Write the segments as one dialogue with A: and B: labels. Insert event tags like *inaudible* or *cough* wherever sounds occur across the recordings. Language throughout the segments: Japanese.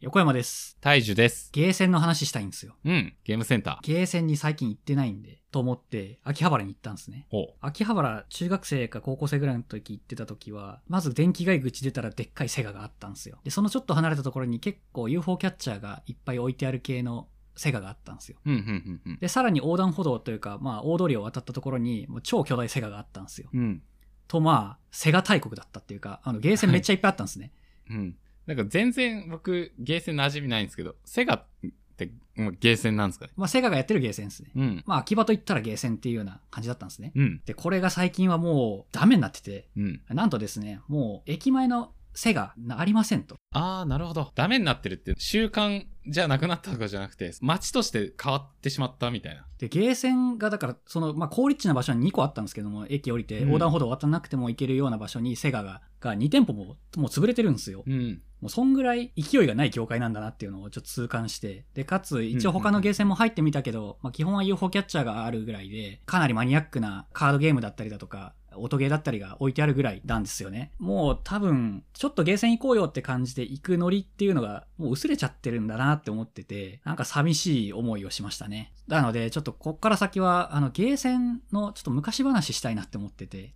A: 横山です。
B: 大樹です。
A: ゲーセンの話したいんですよ。
B: うん。ゲームセンター。
A: ゲーセンに最近行ってないんで、と思って、秋葉原に行ったんですね。
B: ほ
A: 秋葉原、中学生か高校生ぐらいの時行ってた時は、まず電気街口出たらでっかいセガがあったんですよ。で、そのちょっと離れたところに結構 UFO キャッチャーがいっぱい置いてある系のセガがあったんですよ。
B: う。うん、うん、うん、
A: で、さらに横断歩道というか、まあ大通りを渡ったところに、もう超巨大セガがあったんですよ。
B: うん。うん。
A: と、まあ、セガ大国だったっていうか、あの、ゲーセンめっちゃいっぱいあったんですね。
B: うん。なんか全然僕、ゲーセン馴染みないんですけど、セガって、うんゲーセンなんですかね。
A: まあ、セガがやってるゲーセンですね。
B: うん。
A: まあ、秋葉と言ったらゲーセンっていうような感じだったんですね。
B: うん。
A: で、これが最近はもうダメになってて、
B: うん。
A: なんとですね、もう駅前のセガありませんと。
B: あー、なるほど。ダメになってるって、習慣じゃなくなったとかじゃなくて、街として変わってしまったみたいな。
A: で、ゲーセンがだから、その、まあ、高立地な場所に2個あったんですけども、駅降りて
B: うん
A: 横断歩道渡らなくても行けるような場所にセガが、が2店舗も、もう潰れてるんですよ。
B: うん。
A: もうそんぐらい勢いがない業界なんだなっていうのをちょっと痛感して、で、かつ一応他のゲーセンも入ってみたけど、まあ基本は UFO キャッチャーがあるぐらいで、かなりマニアックなカードゲームだったりだとか、音ゲーだったりが置いてあるぐらいなんですよね。もう多分、ちょっとゲーセン行こうよって感じで行くノリっていうのがもう薄れちゃってるんだなって思ってて、なんか寂しい思いをしましたね。なので、ちょっとこっから先は、あの、ゲーセンのちょっと昔話したいなって思ってて、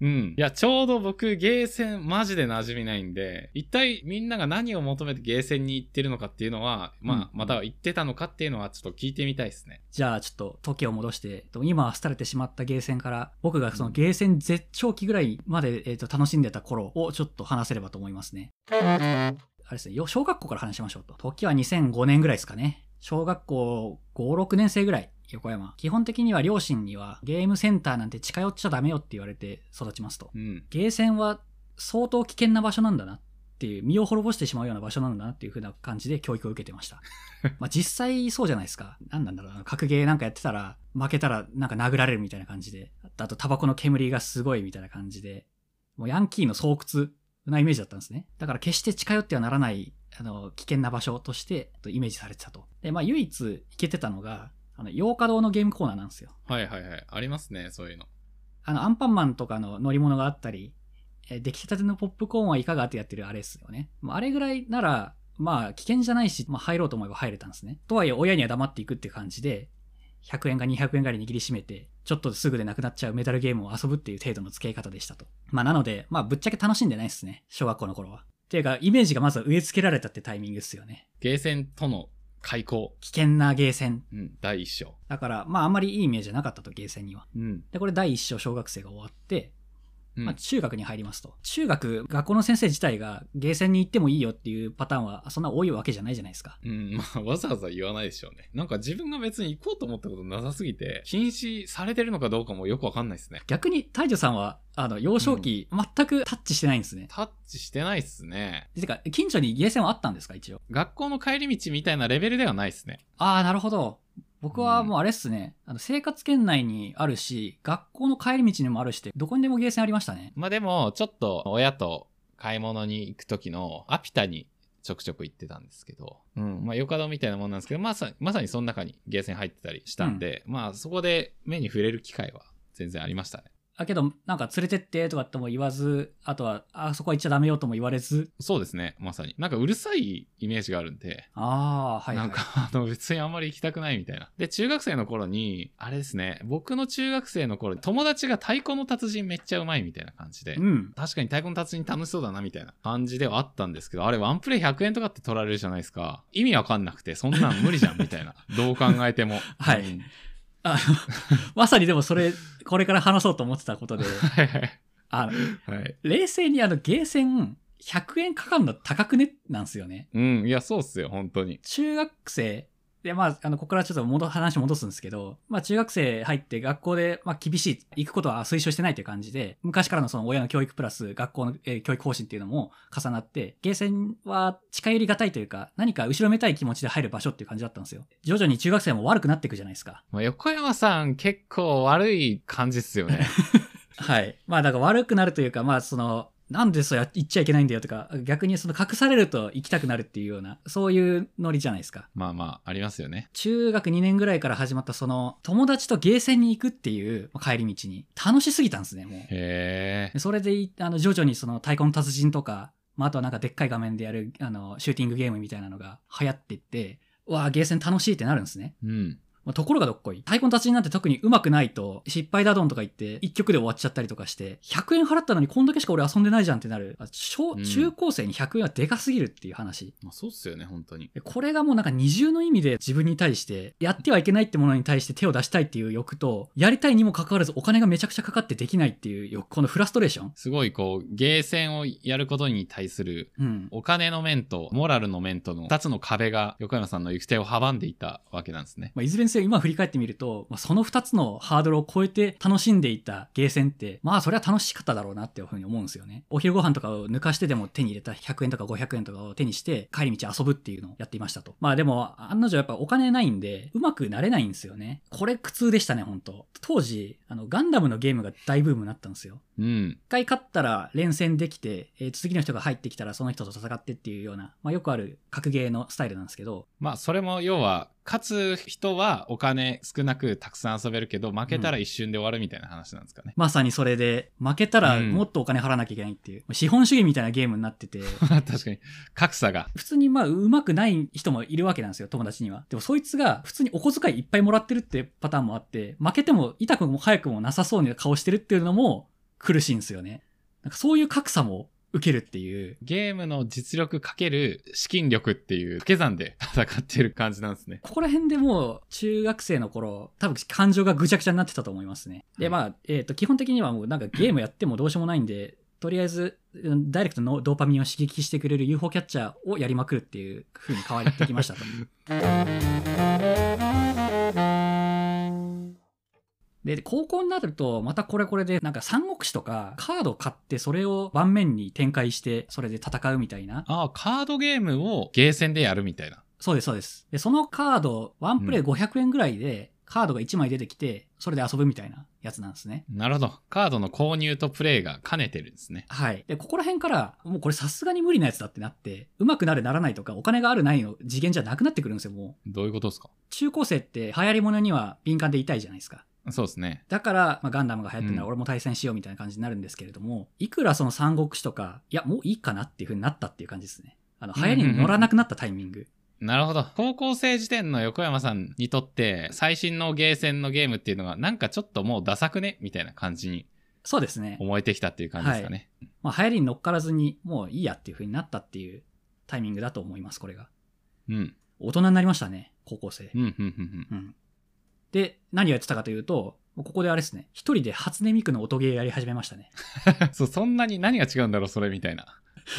B: うん。いや、ちょうど僕、ゲーセン、マジで馴染みないんで、一体みんなが何を求めてゲーセンに行ってるのかっていうのは、まあ、
A: うん
B: または行ってたのかっていうのは、ちょっと聞いてみたいですね。
A: じゃあちょっと時を戻して、えっと今は廃れてしまったゲーセンから、僕がそのゲーセン絶頂期ぐらいまで、えっと楽しんでた頃をちょっと話せればと思いますね。あれですね、よ小学校から話しましょうと。時は2005年ぐらいですかね。小学校5、6年生ぐらい。横山基本的には両親にはゲームセンターなんて近寄っちゃダメよって言われて育ちますと
B: うん。
A: ゲーセンは相当危険な場所なんだなっていう、身を滅ぼしてしまうような場所なんだなっていう風な感じで教育を受けてました。まあ実際そうじゃないですか。何なんだろうな。格ゲーなんかやってたら、負けたらなんか殴られるみたいな感じで。あとタバコの煙がすごいみたいな感じで。もうヤンキーの巣窟なイメージだったんですね。だから決して近寄ってはならない、あの、危険な場所として、とイメージされてたと。で、まあ唯一行けてたのが、あの、洋華堂のゲームコーナーなんですよ。
B: はいはいはい。ありますね、そういうの。
A: あの、アンパンマンとかの乗り物があったり、えー出来たてのポップコーンはいかがってやってるあれですよね。まああれぐらいなら、まあ、危険じゃないし、まあ、入ろうと思えば入れたんですね。とはいえ、親には黙っていくって感じで、100円か200円ぐらい握りしめて、ちょっとすぐでなくなっちゃうメタルゲームを遊ぶっていう程度の付け方でしたと。まあ、なので、まあ、ぶっちゃけ楽しんでないですね。小学校の頃は。っていうか、イメージがまずは植え付けられたってタイミングですよね。
B: ゲーセンとの開口。
A: 危険なゲーセン。
B: うん、第一章。
A: だから、まあ、あんまりいいイメージじゃなかったと、ゲーセンには。
B: うん。
A: で、これ第一章小学生が終わって、
B: うん
A: まあ、中学に入りますと。中学、学校の先生自体がゲーセンに行ってもいいよっていうパターンはそんな多いわけじゃないじゃないですか。
B: うん、ま *laughs* あ、わざわざ言わないでしょうね。なんか自分が別に行こうと思ったことなさすぎて、禁止されてるのかどうかもよくわかんないですね。
A: 逆に、大樹さんは、あの、幼少期、全くタッチしてないんですね。
B: タッチしてないっすね。
A: てか、近所にゲーセンはあったんですか、一応。
B: 学校の帰り道みたいなレベルではないっすね。
A: ああ、なるほど。僕はもうあれっすね、あの生活圏内にあるし、学校の帰り道にもあるしって、どこにでもゲーセンありましたね。
B: まあでも、ちょっと親と買い物に行く時のアピタにちょくちょく行ってたんですけど、うん、まあ、ヨカドみたいなもんなんですけど、まさまさにその中にゲーセン入ってたりしたんで、まあ、そこで目に触れる機会は全然ありましたね。
A: あけど、なんか連れてってとかっても言わず、あとは、あそこは行っちゃダメよとも言われず、
B: そうですね、まさに。なんかうるさいイメージがあるんで、
A: ああ、はい、はい。
B: なんか、 *laughs* あの、別にあんまり行きたくないみたいな。で、中学生の頃に、あれですね、僕の中学生の頃、友達が太鼓の達人めっちゃうまいみたいな感じで
A: う、ん。
B: 確かに太鼓の達人楽しそうだなみたいな感じではあったんですけど、あれワンプレイ100円とかって取られるじゃないですか。意味わかんなくて、そんなん無理じゃんみた
A: *laughs*
B: いな。どう考えても。
A: はい
B: うん
A: あの *laughs* まさにでもそれ、これから話そうと思ってたことで、
B: はいはい
A: あの
B: はい。
A: 冷静にあのゲーセン100円かかるの高くねなんですよね。
B: うん、いや、そうっすよ、本当に。
A: 中学生で、まあ、あの、ここからちょっと戻話戻すんですけど、まあ、中学生入って学校で、まあ、厳しい、行くことは推奨してないという感じで、昔からのその親の教育プラス学校の、えー教育方針っていうのも重なって、ゲーセンは近寄りがたいというか、何か後ろめたい気持ちで入る場所っていう感じだったんですよ。徐々に中学生も悪くなっていくじゃないですか。
B: まあ、横山さん、結構悪い感じっす
A: *laughs*
B: よね。
A: はい。まあ、だから悪くなるというか、まあ、その、なんでそうや言っちゃいけないんだよとか、逆にその隠されると行きたくなるっていうような、そういうノリじゃないですか。
B: まあまあ、ありますよね。
A: 中学2年ぐらいから始まったその、友達とゲーセンに行くっていうまあ帰り道に、楽しすぎたんですね、もう。
B: へえ。
A: それでい、あの、徐々にその、太鼓の達人とか、まあ、あとはなんかでっかい画面でやる、あの、シューティングゲームみたいなのが流行っていって、うわあ、ゲーセン楽しいってなるんですね。
B: うん。
A: まあ、ところがどっこい。太鼓の達人なんて特に上手くないと、失敗だどんとか言って、一曲で終わっちゃったりとかして、100円払ったのにこんだけしか俺遊んでないじゃんってなる。あ小、
B: うん
A: 中高生に100円はでかすぎるっていう話。
B: まあ、そうっすよね、本当に。
A: でこれがもうなんか二重の意味で自分に対して、やってはいけないってものに対して手を出したいっていう欲と、やりたいにもかかわらずお金がめちゃくちゃかかってできないっていう欲、このフラストレーション。
B: すごいこう、ゲーセンをやることに対する、
A: うん。
B: お金の面と、モラルの面との二つの壁が、横山さんの行く手を阻んでいたわけなんですね。
A: まあ、いずれにせよ今振り返ってみると、まあ、その2つのハードルを超えて楽しんでいたゲーセンって、まあそれは楽しかっただろうなっていうふうに思うんですよね。お昼ご飯とかを抜かしてでも手に入れた100円とか500円とかを手にして帰り道遊ぶっていうのをやっていましたと。まあでも案の定やっぱお金ないんでうまくなれないんですよね。これ苦痛でしたね本当当時、あのガンダムのゲームが大ブームになったんですよ。
B: う
A: 一
B: ん。
A: 回勝ったら連戦できて、えー次の人が入ってきたらその人と戦ってっていうような、まあよくある格ゲーのスタイルなんですけど、
B: まあ、それも要は、勝つ人はお金少なくたくさん遊べるけど、負けたら一瞬で終わるみたいな話なんですかね。 *laughs*
A: まさにそれで、負けたら
B: うん
A: もっとお金払わなきゃいけないっていう、資本主義みたいなゲームになって
B: *laughs*
A: て、
B: 確かに、格差が。
A: 普通にまあ、うまくない人もいるわけなんですよ、友達には。でもそいつが普通にお小遣いいっぱいもらってるってパターンもあって、負けても痛くも早くもなさそうな顔してるっていうのも苦しいんですよね。なんかそういう格差も受けるっていう、
B: ゲームの実力かける資金力っていう掛け算で戦ってる感じなんですね。
A: ここら辺でもう中学生の頃、多分感情がぐちゃぐちゃになってたと思いますね。で、まあ、えっ、と、基本的にはもうなんかゲームやってもどうしようもないんで、とりあえず、うんダイレクトのドーパミンを刺激してくれる UFO キャッチャーをやりまくるっていう風に変わってきましたと。 *laughs* で、高校になると、またこれこれで、なんか三国志とか、カード買って、それを盤面に展開して、それで戦うみたいな。
B: ああ、カードゲームをゲーセンでやるみたいな。
A: そうです、そうです。で、そのカード、ワンプレイ500円ぐらいで、カードが1枚出てきて、それで遊ぶみたいなやつなんですね。
B: なるほど。カードの購入とプレイが兼ねてるんですね。
A: はい。で、ここら辺から、もうこれさすがに無理なやつだってなって、上手くなるならないとか、お金があるないの次元じゃなくなってくるんですよ、もう。
B: どういうことですか
A: 中高生って流行り物には敏感でいたいじゃないですか。
B: そうですね。
A: だから、まあ、ガンダムが流行ってるな
B: う
A: ら
B: ん
A: 俺も対戦しようみたいな感じになるんですけれども、いくらその三国志とか、いや、もういいかなっていう風になったっていう感じですね。あの、流行りに乗らなくなったタイミング。
B: なるほど。高校生時点の横山さんにとって、最新のゲーセンのゲームっていうのが、なんかちょっともうダサくねみたいな感じに
A: そうですね。
B: 思えてきたっていう感じですかね。
A: まあ、流行りに乗っからずに、もういいやっていう風になったっていうタイミングだと思います、これが。
B: うん。
A: 大人になりましたね、高校生
B: う。ん、うん、うん、うん。
A: うん。で、何をやってたかというと、もうここであれですね、一人で初音ミクの音ゲーやり始めましたね。
B: そう、そんな *laughs* に何が違うんだろう、それみたいな。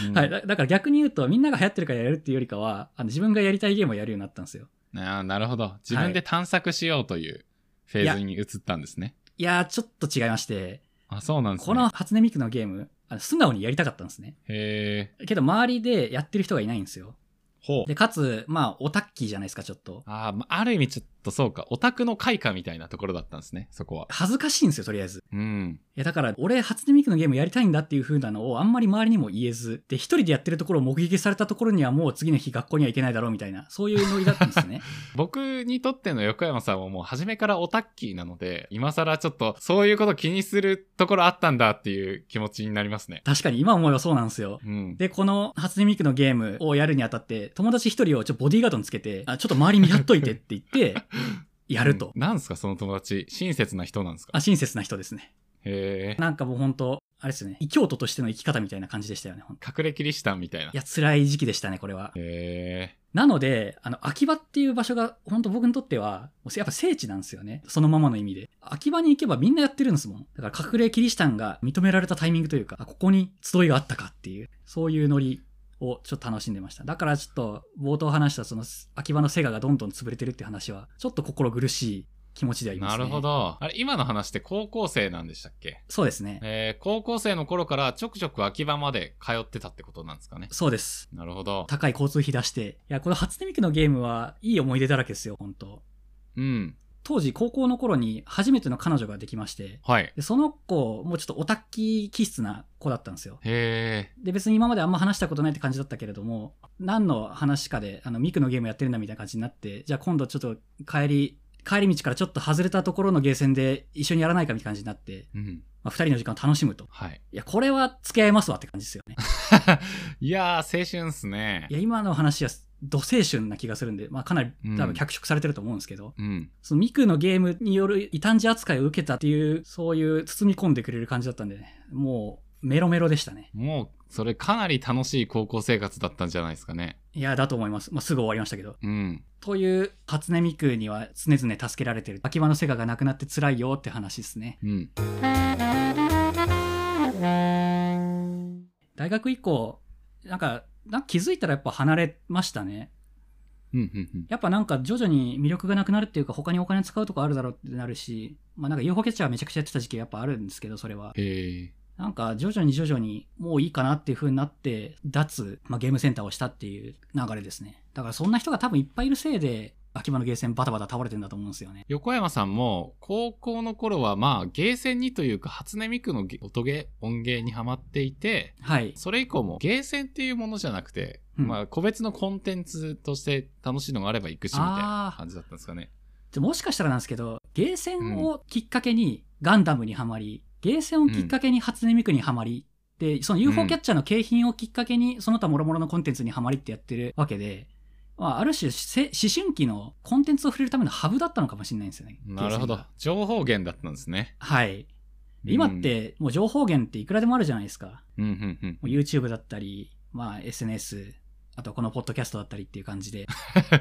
B: うん
A: はい。だだから逆に言うと、みんなが流行ってるからやるっていうよりかは、あの自分がやりたいゲームをやるようになったんですよ。
B: ああ、なるほど。自分で探索しようというフェーズに移ったんですね。
A: いやー、ちょっと違いまして、
B: あ、そうなんです
A: こ
B: ね。
A: の初音ミクのゲーム、あの素直にやりたかったんですね。
B: へえ。
A: けど、周りでやってる人がいないんですよ。
B: ほう。
A: で、かつ、まあ、オタッキーじゃないですか、ちょっと。
B: あーまあ、ある意味ちょっとそうか、オタクの開花みたいなところだったんですね、そこは。
A: 恥ずかしいんですよ、とりあえず。
B: うん。
A: いや、だから、俺、初音ミクのゲームやりたいんだっていう風なのをあんまり周りにも言えず、で、一人でやってるところを目撃されたところにはもう次の日学校には行けないだろうみたいな、そういうノリだったんですね。
B: 僕にとっての横山さんはもう初めからオタッキーなので、今更ちょっとそういうこと気にするところあったんだっていう気持ちになりますね。
A: 確かに、今思えばそうなんですよ。
B: うん。
A: で、この初音ミクのゲームをやるにあたって、友達一人をちょっとボディーガードにつけて、あちょっと周り見張っといてって言って、やると
B: う。んなんすか、その友達。親切な人なんですか
A: あ、親切な人ですね。
B: へえ。
A: なんかもう本当あれですよね、異教徒としての生き方みたいな感じでしたよね、ほんと
B: 隠れキリシタンみたい
A: い
B: な。
A: や、辛い時期でしたね、これは。
B: へえ。
A: なので、あの、秋葉っていう場所が、本当僕にとっては、もうやっぱ聖地なんですよね。そのままの意味で。秋葉に行けばみんなやってるんですもん。だから隠れキリシタンが認められたタイミングというか、あここに集いがあったかっていう、そういうノリをちょっと楽しんでました。だからちょっと、冒頭話したその、秋葉のセガがどんどん潰れてるって話は、ちょっと心苦しい気持ちではいます
B: な
A: ね。
B: るほ。ど。あれ、今の話って高校生なんでしたっけ
A: そうですね。
B: えー高校生の頃からちょくちょく秋葉まで通ってたってことなんですかね。
A: そうです。
B: なるほど。
A: 高い交通費出して。いや、この初音ミクのゲームはいい思い出だらけですよ、本当
B: うん。
A: 当時高校の頃に初めての彼女ができまして、
B: はい。
A: で、その子、もうちょっとオタッキー気質な子だったんですよ。
B: へえ。
A: で、別に今まであんま話したことないって感じだったけれども、何の話かで、あの、ミクのゲームやってるんだみたいな感じになって、じゃあ今度ちょっと帰り、帰り道からちょっと外れたところのゲーセンで一緒にやらないかみたいな感じになって、
B: うん。
A: ままあ、二人の時間を楽しむと。
B: はい。 *laughs*
A: いや、これは付き合いますわって感じですよね。
B: いやー、青春っすね
A: い。や、今の話は、土青春な気がするんで、まあ、かなり
B: うん
A: 多分脚色されてると思うんですけど、
B: うん。
A: そのミクのゲームによる異端児扱いを受けたっていう、そういう包み込んでくれる感じだったんでね、もうメロメロでしたね。
B: もう、それかなり楽しい高校生活だったんじゃないですかね。
A: いや、だと思います。まあ、すぐ終わりましたけど。
B: うん。
A: という、初音ミクには常々助けられてる、秋葉のセガがなくなって辛いよって話ですね。
B: うん。
A: 大学以降、なんか、なんか気づいたらやっぱ離れましたね。
B: うん、うん、うん。
A: やっぱなんか徐々に魅力がなくなるっていうか他にお金使うとこあるだろうってなるし、まあなんか UFO キャッチャーはめちゃくちゃやってた時期やっぱあるんですけど、それは。
B: へえ。
A: なんか徐々に徐々にもういいかなっていう風になって、脱、まあ、ゲームセンターをしたっていう流れですね。だからそんな人が多分いっぱいいるせいで、秋葉のゲーセンバタバタ倒れてんだと思うんですよね。
B: 横山さんも、高校の頃は、まあ、ゲーセンにというか、初音ミクのゲ音ゲー、音ゲーにハマっていて、
A: はい。
B: それ以降も、ゲーセンっていうものじゃなくて、
A: うん
B: まあ、個別のコンテンツとして楽しいのがあれば行くし、みたいな感じだったんですかね。
A: でもしかしたらなんですけど、ゲーセンをきっかけにガンダムにはまり、ゲーセンをきっかけに初音ミクにはまり、で、その UFO キャッチャーの景品をきっかけに、その他諸々のコンテンツにはまりってやってるわけで、まあ、ある種せ、思春期のコンテンツを触れるためのハブだったのかもしれないんですよね。
B: な
A: ゲ
B: るほ
A: ーセン
B: ど
A: が。
B: 情報源だったんですね。
A: はい。今っ
B: うん、
A: てもう情報源っていくらでもあるじゃないですか。
B: うん、うん、うん。
A: も
B: *laughs*
A: う YouTube だったり、まあ SNS、あとこのポッドキャストだったりっていう感じで。
B: *laughs*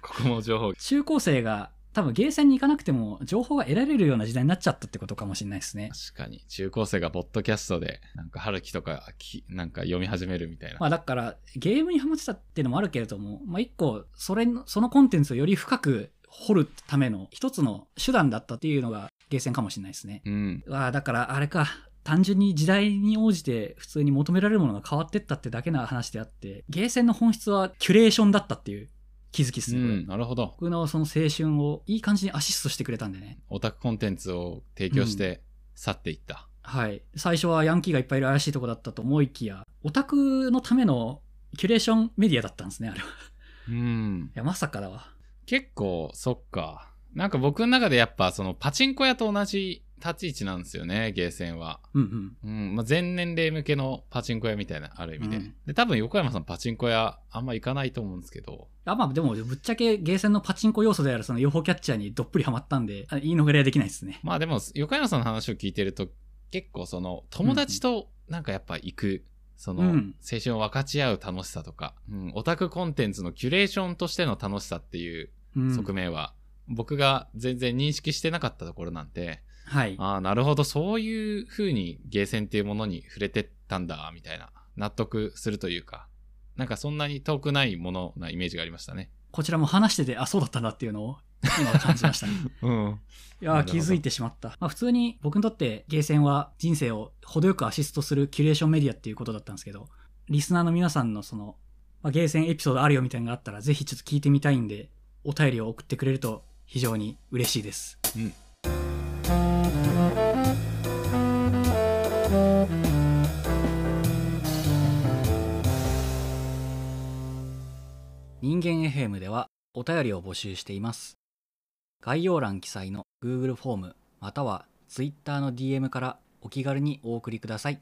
B: ここも情報源。
A: 中高生が多分ゲーセンに行かなくても情報が得られるような時代になっちゃったってことかもしれないですね。
B: 確かに。中高生がポッドキャストで、なんか、春樹とかき、なんか読み始めるみたいな。
A: まあだからゲームにハマってたっていうのもあるけれども、まあ一個、それの、そのコンテンツをより深く掘るための一つの手段だったっていうのがゲーセンかもしれないですね。
B: うん。
A: わあだからあれか単純に時代に応じて普通に求められるものが変わってったってだけな話であってゲーセンの本質はキュレーションだったっていう気づきです
B: う
A: ね、これ
B: ん、なるほど。
A: 僕のその青春をいい感じにアシストしてくれたんでね
B: オタクコンテンツを提供して去っていった。
A: はい最初はヤンキーがいっぱいいる怪しいとこだったと思いきやオタクのためのキュレーションメディアだったんですねあれはい
B: うん。
A: やまさかだわ
B: 結構、そっか。なんか僕の中でやっぱそのパチンコ屋と同じ立ち位置なんですよね、ゲーセンは。
A: うんうん
B: うん。まあ、全年齢向けのパチンコ屋みたいな、ある意味で。
A: うん
B: で、多分横山さんパチンコ屋あんま行かないと思うんですけど。
A: あまあでもぶっちゃけゲーセンのパチンコ要素であるその UFO キャッチャーにどっぷりハマったんであ言い逃れはできないですね
B: まあでも、横山さんの話を聞いてると、結構その友達となんかやっぱ行く、その
A: う
B: 青
A: ん
B: 春を分かち合う楽しさとか、うん、オタクコンテンツのキュレーションとしての楽しさっていう
A: うん
B: 側面は、僕が全然認識してなかったところなんで、
A: はい
B: ああ、なるほど、そういう風にゲーセンっていうものに触れてったんだ、みたいな、納得するというか、なんかそんなに遠くないものなイメージがありましたね。
A: こちらも話してて、あ、そうだったんだっていうのを今感じましたね。
B: うん。
A: い
B: な
A: や
B: る
A: ー、
B: ほど
A: 気づいてしまった。まあ普通に僕にとってゲーセンは人生を程よくアシストするキュレーションメディアっていうことだったんですけど、リスナーの皆さんのその、まあ、ゲーセンエピソードあるよみたいなのがあったら、ぜひちょっと聞いてみたいんで、お便りを送ってくれると非常に嬉しいです。
B: うん
A: 人間 FM ではお便りを募集しています。概要欄記載の Google フォームまたは Twitter の DM からお気軽にお送りください。